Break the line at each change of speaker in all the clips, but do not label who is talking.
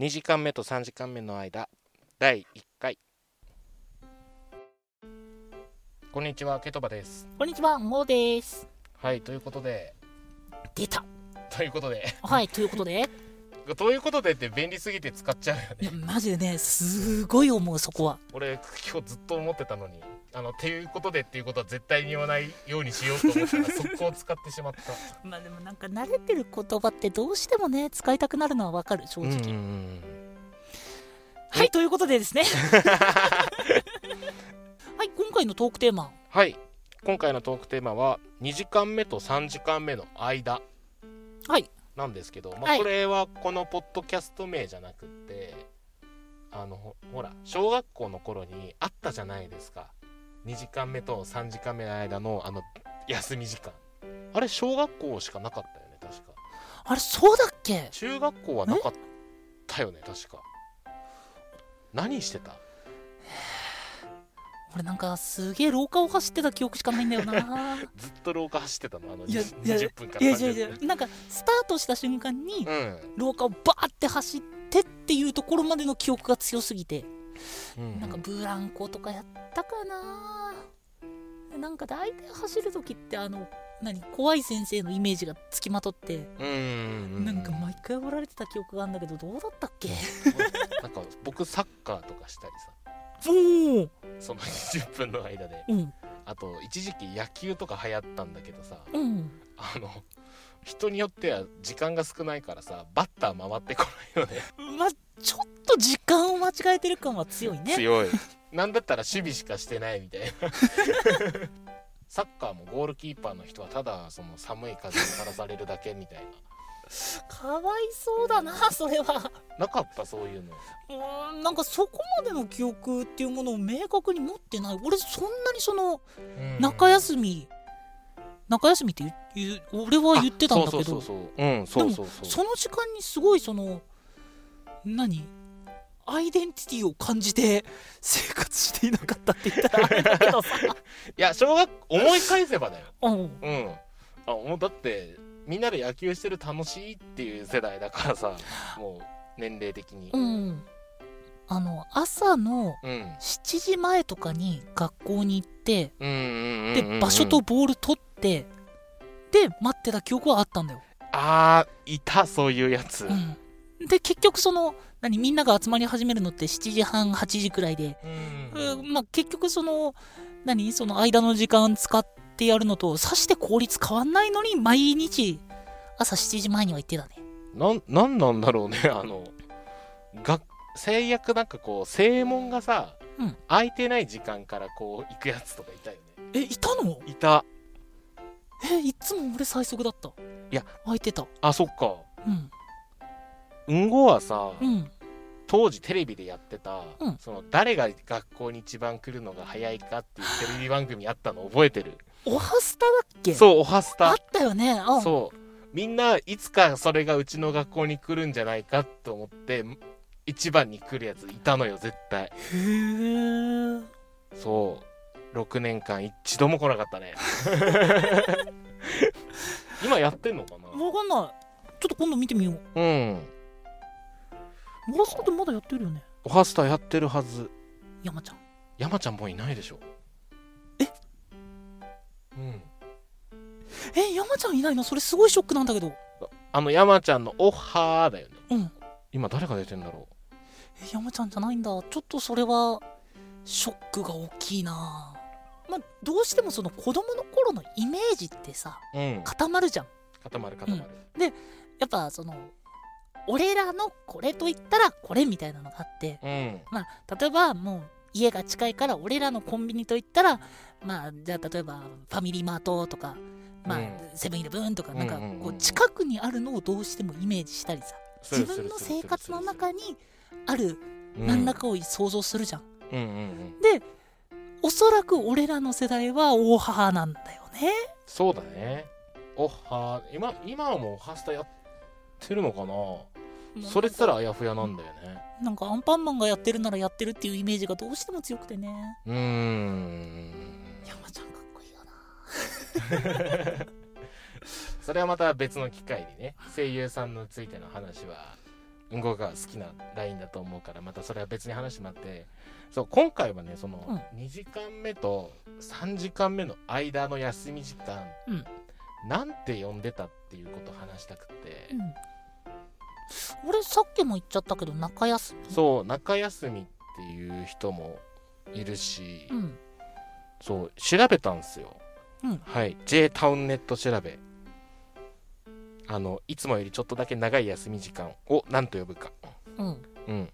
2時間目と3時間目の間第1回こんにちはケトバです
こんにちは、もーです。
はいということで
出た。
ということで
はい、ということで、
ということでって便利すぎて使っちゃうよね
いやマジでね、すごい思う、そこは。
俺今日ずっと思ってたのにあのていうことでっていうことは絶対に言わないようにしようと思ったら速攻使ってしまった
まあでもなんか慣れてる言葉ってどうしてもね、使いたくなるのはわかる、正直。はい、ということで ですね。はい、今回のトークテーマ。
はい今回のトークテーマは2時間目と3時間目の間
はい。
なんですけど、ま
は
あ、
い
これはこのポッドキャスト名じゃなくって、あのほほら小学校の頃にあったじゃないですか2時間目と3時間目の間のあの休み時間あれ小学校しかなかったよね確か
あれ、そうだっけ
中学校はなかったよね確か何してた
俺なんかすげえ廊下を走ってた記憶しか ないんだよな。
ずっと廊下走ってたのあの
いや
20
いや
20分か
い
ら
やいやい
30
や
分、
なんかスタートした瞬間に
うん
廊下をバーって走ってっていうところまでの記憶が強すぎて。
うん
なんかブランコとかやったかなでなんか大体走る時ってあの何怖い先生のイメージがつきまとって、
うんうんうん
なんか毎回おられてた記憶があるんだけどどうだったっけ
なんか僕サッカーとかしたりさ
おお
その20分の間で
うん
あと一時期野球とか流行ったんだけどさ
うん
あの人によっては時間が少ないからさバッター回ってこないよね
まあちょっと時間を間違えてる感は強いね
強いなんだったら守備しかしてないみたいな サッカーもゴールキーパーの人はただその寒い風にさらされるだけみたい
かわいそうだなそれは
ななかったそういうの
うーんなんかそこまでの記憶っていうものを明確に持ってない俺そんなにその中休み中休みって言う言う俺は言ってたんだけ
あそ
ど
うそうそうそううんそうそうそう
その時間にすごいその何アイデンティティを感じて生活していなかったって言ったらあれだ けどさ
いや小学思い返せばだよ
うん
うんあもうだってみんなで野球してる楽しいっていう世代だからさ もう年齢的に
うんあの朝の
うんうん
7時前とかに学校に行って
うんうんうんうん
で場所とボール取ってで待ってた記憶はあったんだよ、
あーいたそういうやつ
うん、で結局その何みんなが集まり始めるのって7時半8時くらいで
うん
うんまあ、結局その何その間の時間使ってやるのとさして効率変わんないのに毎日朝7時前には行ってたね
なんなんなんだろうね あのが制約なんかこう正門がさ、
うん
空いてない時間からこう行くやつとかいたよね
えいたの
いた
えいつも俺最速だったい
や
空いてた
あそっか
う
う
ん
んごはさ、
うん
当時テレビでやってた、
うん
その誰が学校に一番来るのが早いかっていうテレビ番組あったの覚えてる
おはスタだっけう
そうおはスタ
あったよねあ
そうみんないつかそれがうちの学校に来るんじゃないかと思って一番に来るやついたのよ絶対
へえ
そう6年間一度も来なかった ね今やってんのかな
分かんないちょっと今度見てみよう
うん
おはスタってまだやってるよね
おはスタやってるはず
山ちゃん
山ちゃんもういないでしょ
え
うん
え山ちゃんいないのそれすごいショックなんだけど
あの山ちゃんの「おはー」だよね
うん
今誰が出てんだろ
え山ちゃんじゃないんだちょっとそれはショックが大きいなまあどうしてもその子供の頃のイメージってさ
ううん
固まるじゃん
固まる固まる
やっぱその俺らのこれといったらこれみたいなのがあって
うん
まあ例えばもう家が近いから俺らのコンビニといったらまあじゃあ例えばファミリーマートとかまあ
うん
セブンイレブンとかなんか
うんうんうんうん
こう近くにあるのをどうしてもイメージしたりさ
する
自
する
分の
する
生活の中
に
にある何らかを想像するじゃん
うんうんうん
でおそらく俺らの世代は大母なんだよね
そうだねおはー今今はもうおはスタやってるのかなそれすらあやふやなんだよね
なんかアンパンマンがやってるならやってるっていうイメージがどうしても強くてね
うーん
山ちゃんかっこいいよな
それはまた別の機会にね声優さんのついての話はうんこが好きなラインだと思うからまたそれは別に話してもらってそう今回はねその
う
2時間目と3時間目の間の休み時間、
うん
なんて呼んでたっていうことを話したくて、
うん俺さっきも言っちゃったけど中休み
そう中休みっていう人もいるし、
うん
そう調べたんですよ、
うん
はい J タウンネット調べあのいつもよりちょっとだけ長い休み時間を何と呼ぶか
うん
うん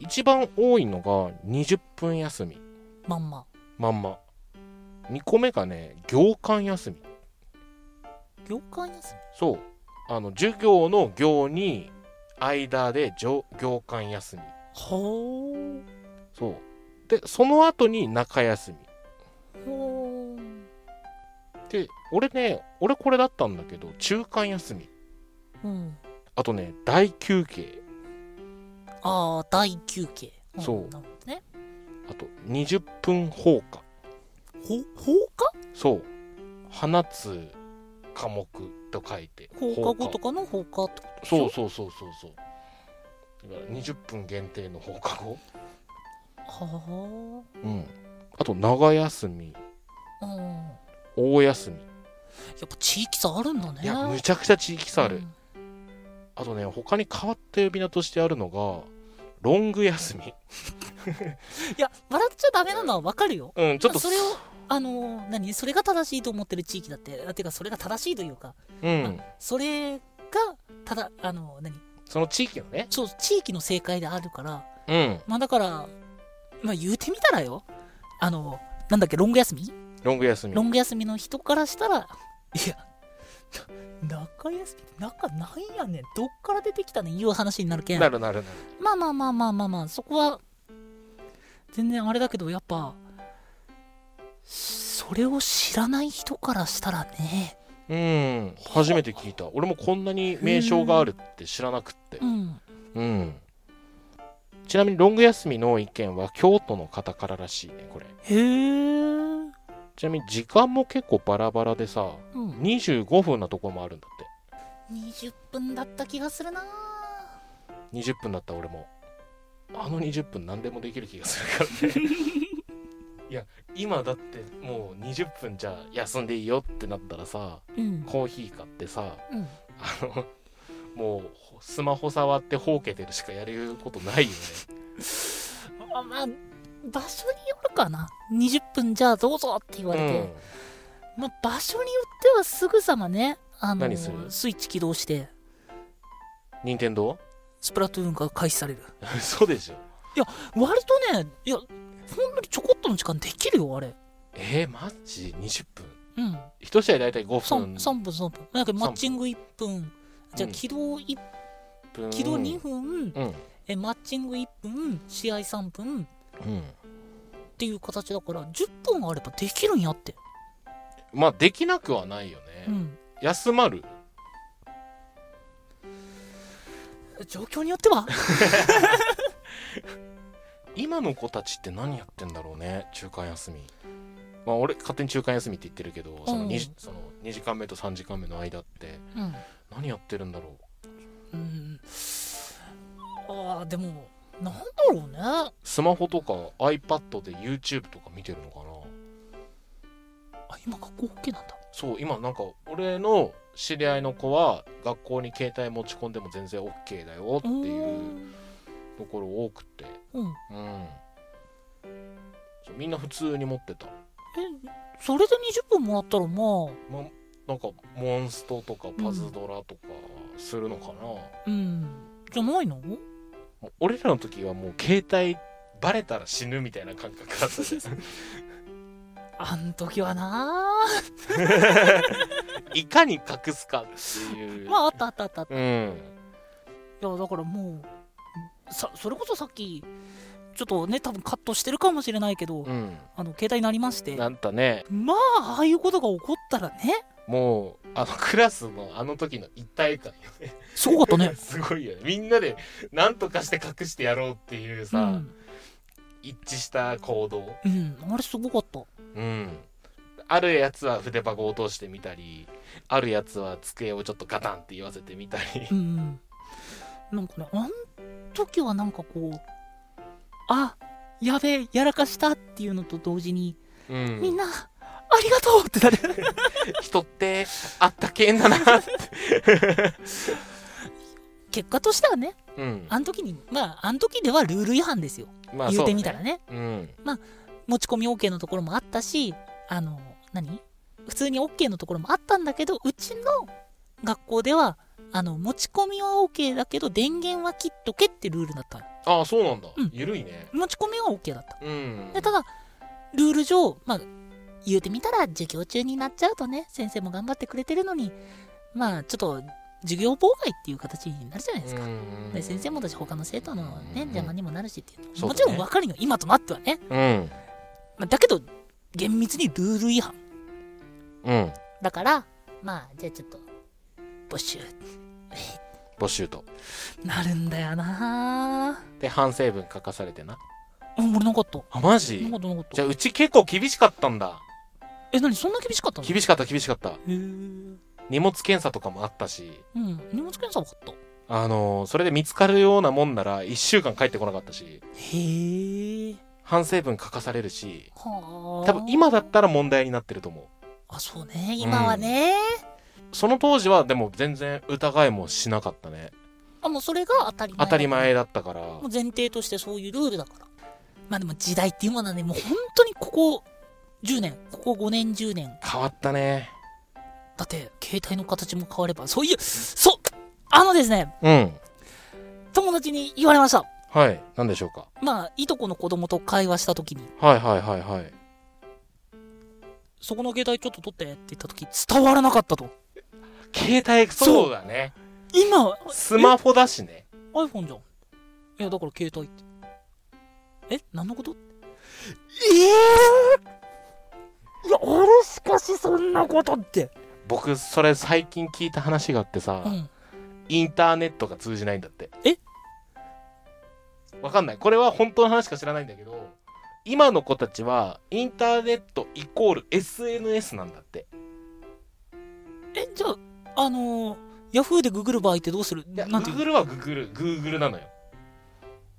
一番多いのが20分休み
まんま
まんま2個目がね行間休み
業界休
そうあの授業の行に間で上行間休み
みほう
そうでその後に中休み
ほう
で俺ね俺これだったんだけど中間休み
うん
あとね大休憩
ああ大休憩ん
そう
なるほどね
あと20分放課
ほ放課
そう放つ科目と書いて
放課後とかの放課ってこと
そうそうそうそうそうだから20分限定の放課後
は
うんあと長休み
あうんや
大休み
っぱ地域差あるんだね
いやむちゃくちゃ地域差ある、
うん
あとね他に変わった呼び名としてあるのがロング休み
いや笑っちゃダメなのはわかるよ
うんちょっと
それをあのー何それが正しいと思ってる地域だってあてかそれが正しいというか
うん
それがただあの何
その地域のね
そう地域の正解であるから
うん
まあだからまあ言うてみたらよあのなんだっけロング休み
ロング休み
ロング休みの人からしたらいや な中休みって中なんやねんどっから出てきたねんいう話になるけん
なるなるなる
まあまあまあまあまあまあそこは全然あれだけどやっぱそれを知らない人からしたらね
うん初めて聞いた俺もこんなに名称があるって知らなくって
うん
うんちなみにロング休みの意見は京都の方かららしいねこれ
へえ
ちなみに時間も結構バラバラでさ
うん、
25分なとこもあるんだっ
20分だった気がするな
て20分だった俺もあの20分何でもできる気がする からねいや今だってもう20分じゃあ休んでいいよってなったらさ
うん
コーヒー買ってさ
うん
あのもうスマホ触ってほうけてるしかやることない よね
あまあ場所によるかな20分じゃあどうぞって言われて、まあ場所によってはすぐさまねあの
何する
スイッチ起動して
うん任天 堂
スプラトゥーンが開始される
そうでしょ
割とねいやほんのにちょこっとの時間できるよあれ
えー、マジ20分
うん
一試合大体5
3,
分
3分3分なんかマッチング1分じゃあ
うん
起動1
分
起動2分、
うん
えマッチング1分試合3分
うん
っていう形だから10分あればできるんやって、
まあできなくはないよね、
うん、
休まる
状況によって は
今の子たちって何やってんだろうね中間休みまあ俺勝手に中間休みって言ってるけどその 2,、
うん
その2時間目と3時間目の間って
うん
何やってるんだろう
うんああでもなんだろうね
スマホとか iPad で YouTube とか見てるのかな
あ今学校 OK なんだ
そう今なんか俺の知り合いの子は学校に携帯持ち込んでも全然 OK だよっていうところ多くて
うんうん
うんそうみんな普通に持ってた
それで20分もらったらまあ
まなんかモンストとかパズドラとかするのかな、
うんじゃないの
もう俺らの時はもう携帯バレたら死ぬみたいな感覚だったじゃ ん
あん時はない
かに隠すかっていう、
まああったあったあったあった
うん
いやだからもうさそれこそさっきちょっとね多分カットしてるかもしれないけど、
うん
あの携帯になりまして
なんかね
まあああいうことが起こったらね
もうあのクラスのあの時の一体感よね
すごかったね
すごいよねみんなで何とかして隠してやろうっていう
う
さ、
ん、
一致した行動
うん、あれすごかった
うんあるやつは筆箱を落としてみたりあるやつは机をちょっとガタンって言わせてみたり
うんうんなんかねあん時はなんかこうあやべえやらかしたっていうのと同時に、
うん
みんなありがとうってなる
人ってあったけえんだなって
結果としてはね
うん
あの時にまああの時ではルール違反ですよ
まあ
言
そうう
て
だ
みたら
ね
ね
うん
持ち込み OK のところもあったしあの何普通に OK のところもあったんだけどうちの学校ではあの持ち込みは OK だけど電源は切っとけってルールだった
ああそうなんだ
うん
ゆるいね
持ち込みは OK だった
うん
でただルール上まあ言うてみたら授業中になっちゃうとね先生も頑張ってくれてるのにまあちょっと授業妨害っていう形になるじゃないですか、
うん
で先生もだし他の生徒の
うん
ね邪魔にもなるしっていう、
そうだね
もちろん分かるよ今となってはね、
うん
まあ、だけど厳密にルール違反
うん
だからまあじゃあちょっと没収
募集と
なるんだよな
で反省文書かされてな
ぁうん俺なかった
あマジ
なかったなかっ
じ
た
ゃあうち結構厳しかったんだ
え何そんな厳しかったのへ
厳しかった厳しかった
えうん
荷物検査とかもあったし
荷物検査分かった
あのーそれで見つかるようなもんなら1週間帰ってこなかったし
へえ
反省文書かされるし
はあ
多分今だったら問題になってると思う
あそうね今はね、
その当時はでも全然疑いもしなかったね
あもうそれが当たり前
当たり前だったから
もう前提としてそういうルールだからまあでも時代っていうものはねもう本当にここ10年ここ5年10年
変わったね
だって携帯の形も変わればそういうそうあのですね
うん
友達に言われました
はい何でしょうか
まあいとこの子供と会話した時に
はいはいはいはい
「そこの携帯ちょっと取って」って言った時伝わらなかったと
携帯
そう
そうだね
今
スマホだしね
iPhone じゃんいやだから携帯ってえ何のことええいや俺しかしそんなことって
僕それ最近聞いた話があってさ、
うん
インターネットが通じないんだって
え
わかんないこれは本当の話か知らないんだけど今の子たちはインターネットイコール SNS なんだって
えじゃああのー、ヤフーでググる場合ってどうする
いや
なんて
Google
いう
はグーグルグーグルなのよ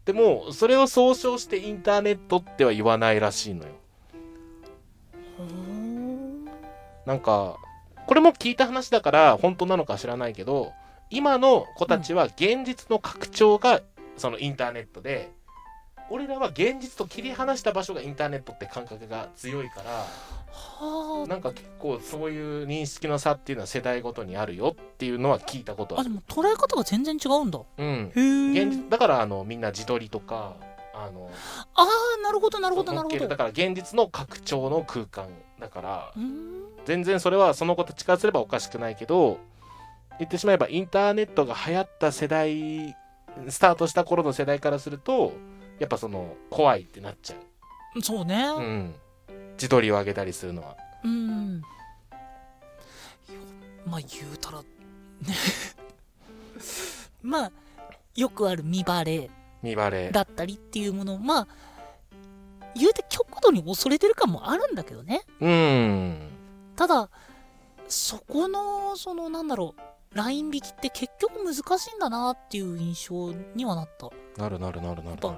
でもそれを総称してインターネットっては言わないらしいのよなんかこれも聞いた話だから本当なのか知らないけど今の子たちは現実の拡張がそのインターネットで俺らは現実と切り離した場所がインターネットって感覚が強いから
は
なんか結構そういう認識の差っていうのは世代ごとにあるよっていうのは聞いたこと
ああ
あ
で
る。
も捉え方が全然違うんだ
うん、
へえ
現実だからあのみんな自撮りとかあの
ああなるほどなるほどな
乗っ
るほ
け
ど
るだから現実の拡張の空間だから
うーん
全然それはその子たちからすればおかしくないけど言ってしまえばインターネットが流行った世代スタートした頃の世代からするとやっぱその怖いってなっちゃ
そうね
う、うん、自撮りを上げたりするのは
うんまあ言うたらねまあよくある見バレ
見バレ
だったりっていうものまあ言うて極度に恐れてる感もあるんだけどね
うん
ただそこのそのなんだろうライン引きって結局難しいんだなっていう印象にはなった
なるなるなるなるな
や
る
っ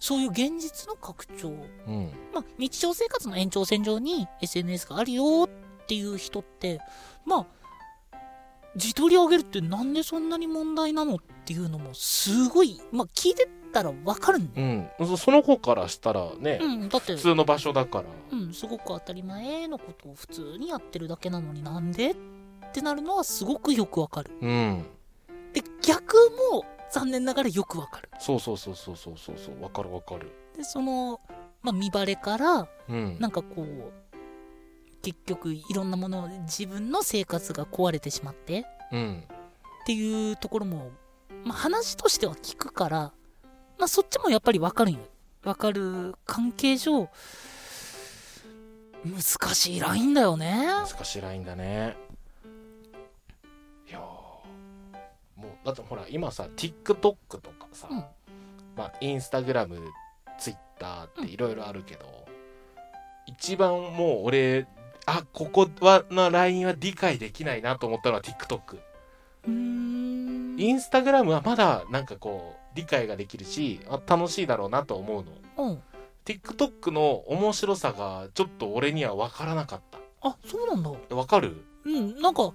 そういう現実の拡張
うん
まあ、日常生活の延長線上に SNS があるよっていう人って、まあ、自撮り上げるってなんでそんなに問題なのっていうのもすごい、まあ、聞いてたらわかるんだよ。
うんそその子からしたらね、
うん、だって
普、通の場所だから
うん、すごく当たり前のことを普通にやってるだけなのになんでってなるのはすごくよくわかる。
うん
で、逆も残念ながらよくわかる。
そうそうそうそうそうそうそうわかるわかる
で、その、まあ、見バレから、
うん
なんかこう、結局いろんなもの、自分の生活が壊れてしまって、
うん
っていうところも、まあ、話としては聞くから、まあ、そっちもやっぱり分かるんよ分かる関係上難しいラインだよね
難しいラインだねいやーもうだってほら今さ TikTok とかさ、
うん
まあ、インスタグラムツイッターっていろいろあるけど、一番もう俺あここはのラインは理解できないなと思ったのは TikTok
うーん
インスタグラムはまだなんかこう理解ができるしあ楽しいだろうなと思うの
うん
TikTok の面白さがちょっと俺には分からなかっ
あそうなんだ
たわかる
うんなんか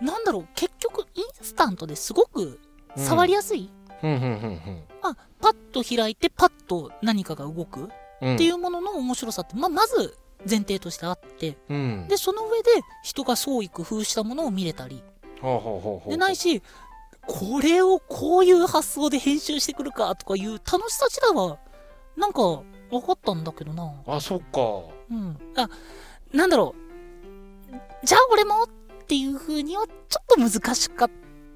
なんだろう結局インスタントですごく触りやすい、
うんうんうん
まあ、パッと開いてパッと何かが動くっ
うん、
ていううものの面白さって、まあ、まず前提としてあって
うん、
でその上で人が創意工夫したものを見れたり
ほうほうほうほう
でないしこれをこういう発想で編集してくるかとかいう楽しさ自体はなんか分かったんだけどな
あそっか
うんあなんだろうじゃあ俺もっていう風にはちょっと難しかっ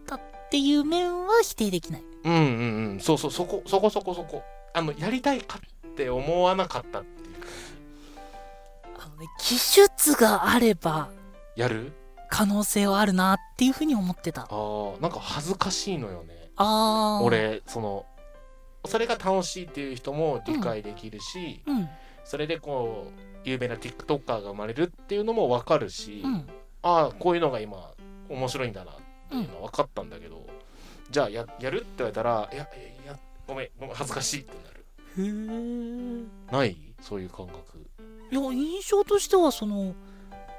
たっていう面は否定できない
うんうんうんそうそうそこそこそこそこあのやりたいかって思わなかったっていう
あのね技術があれば
やる
可能性はあるなっていう風に思ってた
あーなんか恥ずかしいのよね
あー
俺そのそれが楽しいっていう人も理解できるし、
うん
それでこう有名な TikToker が生まれるっていうのも分かるし、
うん
ああこういうのが今面白いんだなっていうのは分かったんだけど、じゃあややるって言われたらいやいやごめんごめん恥ずかしいってなる
へー
ないそういう感覚
いや印象としてはその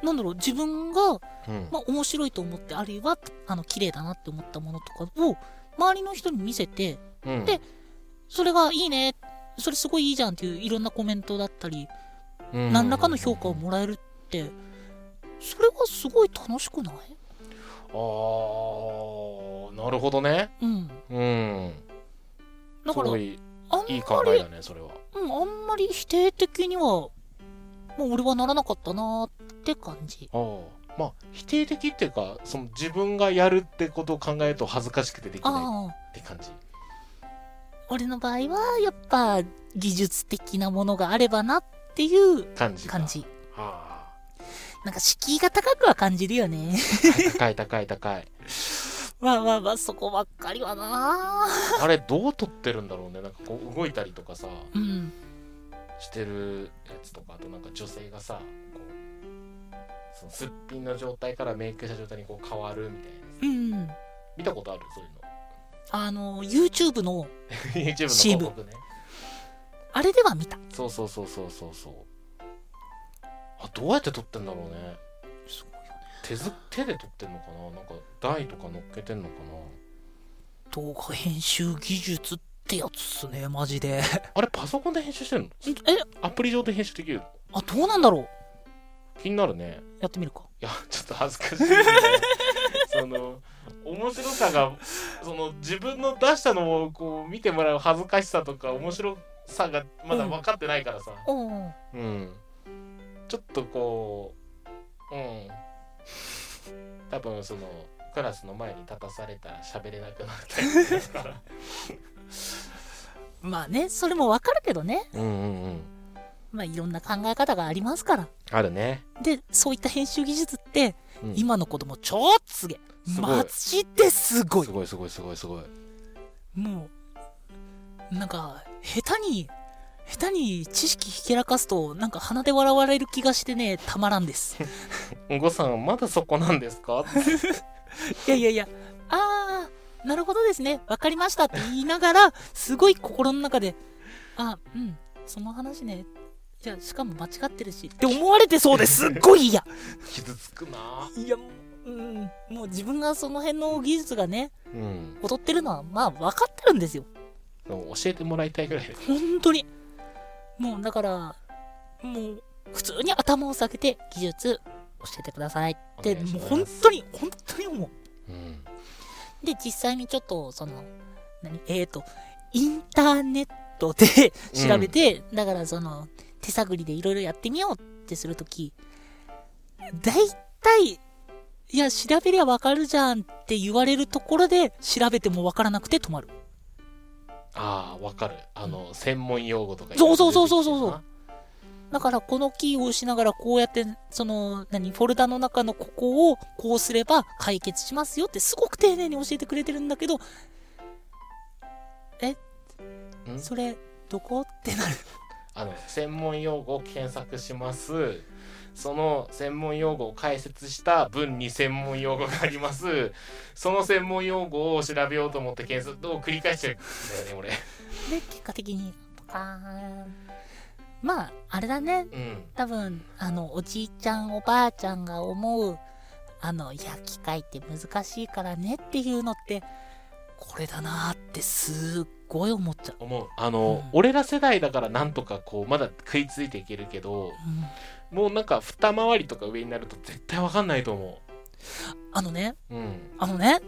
なんだろう自分が
うん
まあ、面白いと思ってあるいはあの綺麗だなって思ったものとかを周りの人に見せて
うん
でそれがいいねそれすごいいいじゃんっていういろんなコメントだったり
うん
何らかの評価をもらえるってそれはすごい楽しくない
ああなるほどね
うん
うん
だ
す
から
ごい
あん
いい考えだねそれは
うん、あんまり否定的にはもう俺はならなかったなーって感じ
ああまあ否定的っていうかその自分がやるってことを考えると恥ずかしくてできない
ああ
って感じ
俺の場合はやっぱ技術的なものがあればなっていう
感じか
感じ
ああ
なんか敷居が高くは感じるよね
高い高い高い
まあまあまあ、そこばっかりはな
あれどう撮ってるんだろうねなんかこう動いたりとかさ
うん。
してるやつとかあとなんか女性がさこうそのすっぴんの状態からメイクした状態にこう変わるみたいな
うん。
見たことあるそういうの
あの、YouTube の、
YouTube の
CM
広告ね
あれでは見た。
そうそうそうそうそうそうあどうやって撮ってんだろうね
すごいよね。
手ず手で撮ってんのかななんか台とか乗っけてんのか
動画編集技術ってやつっすね、マジで。
なあれパソコンで編集してんの
え、
アプリ上で編集できるの
あ、どうなんだろ
気になるね
うやってみるか。
いやちょっと恥ずかしい ねその面白さがその自分の出したのをこう見てもらう恥ずかしさとか面白さがまだ分かってないからさ
うん。
うん、ちょっとこううん多分そのクラスの前に立たされたら喋れなくなったりする から
まあね、それもわかるけどね。
うんうんうん
まあいろんな考え方がありますから。
あるね、
で、そういった編集技術って、
うん
今の子供超すげえ。
すごい
マジですごい
す。ごいすごいすごいすごい
もう、なんか、下手に、下手に知識ひけらかすと、なんか鼻で笑われる気がしてね、たまら んです。
お子さんまだそこなんですか
いやいやいや、あー、なるほどですね、わかりましたって言いながら、すごい心の中で、あ、うん、その話ね、いや、しかも間違ってるし、って思われてそう です。すっごい嫌。
傷つくない
や、うん、もう自分がその辺の技術がね、
うん
劣ってるのは、まあ、分かってるんですよ。
教えてもらいたいぐらい
本当にもうだからもう普通に頭を下げて技術教えてくださいって
お願いし
もう
ます
本当に本当に思
うん
うで実際にちょっとその何えっ、ー、とインターネットで
うん
調べて、だからその手探りでいろいろやってみようってするとき大体いや調べりゃわかるじゃんって言われるところで調べてもわからなくて止まる
ああわかるあの、専門用語とか
そうそうそうそうそうそうだからこのキーを押しながらこうやって、その、何、フォルダの中のここをこうすれば解決しますよってすごく丁寧に教えてくれてるんだけど、え
ん
それ、どこってなる。
あの専門用語を検索しますその専門用語を解説した文に専門用語がありますその専門用語を調べようと思って検索を繰り返してるんだよね
で結果的にパカーンまああれだね
俺うん
多分あのおじいちゃんおばあちゃんが思うあのいや機械って難しいからねっていうのってこれだなーってすっごい思っちゃう、
思うあの、
うん
俺ら世代だからなんとかこうまだ食いついていけるけど
うん
もうなんか二回りとか上になると絶対わかんないと思
あのね
ううん
あのね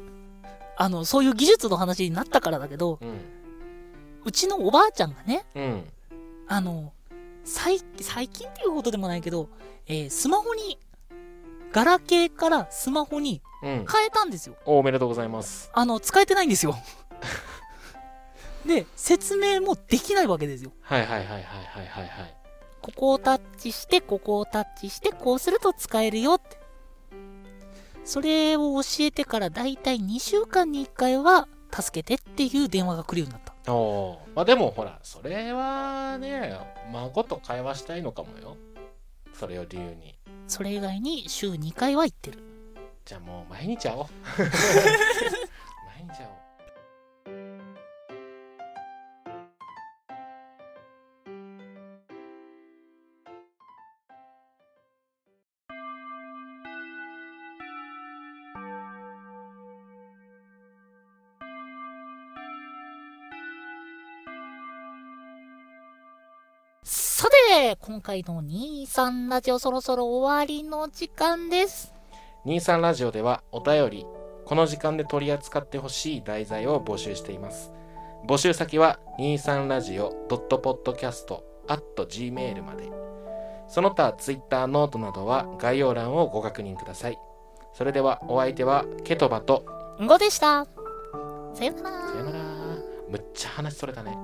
あのそういう技術の話になったからだけど
うん
うちのおばあちゃんがね
うん
あの最最近っていうことでもないけど、えースマホにガラケーからスマホに
うん
変えたんですよ
おおめでとうございます
あの使えてないんですよで説明もできないわけですよ
はいはいはいはいはいはいはい
ここをタッチして、ここをタッチして、こうすると使えるよって。それを教えてからだいたい2週間に1回は、助けてっていう電話が来るようになった。
おおーまあでもほらそれはね孫と会話したいのかもよそれを理由に
それ以外に週2回は行ってる。
じゃあもう毎日会おう 毎日会おう
さて、今回の23ラジオそろそろ終わりの時間です。
23ラジオではお便りこの時間で取り扱ってほしい題材を募集しています募集先は23ラジオ .podcast.gmail までその他 Twitter ノートなどは概要欄をご確認くださいそれではお相手はケトバと
んごでした。さようなら
さよならむっちゃ話それたね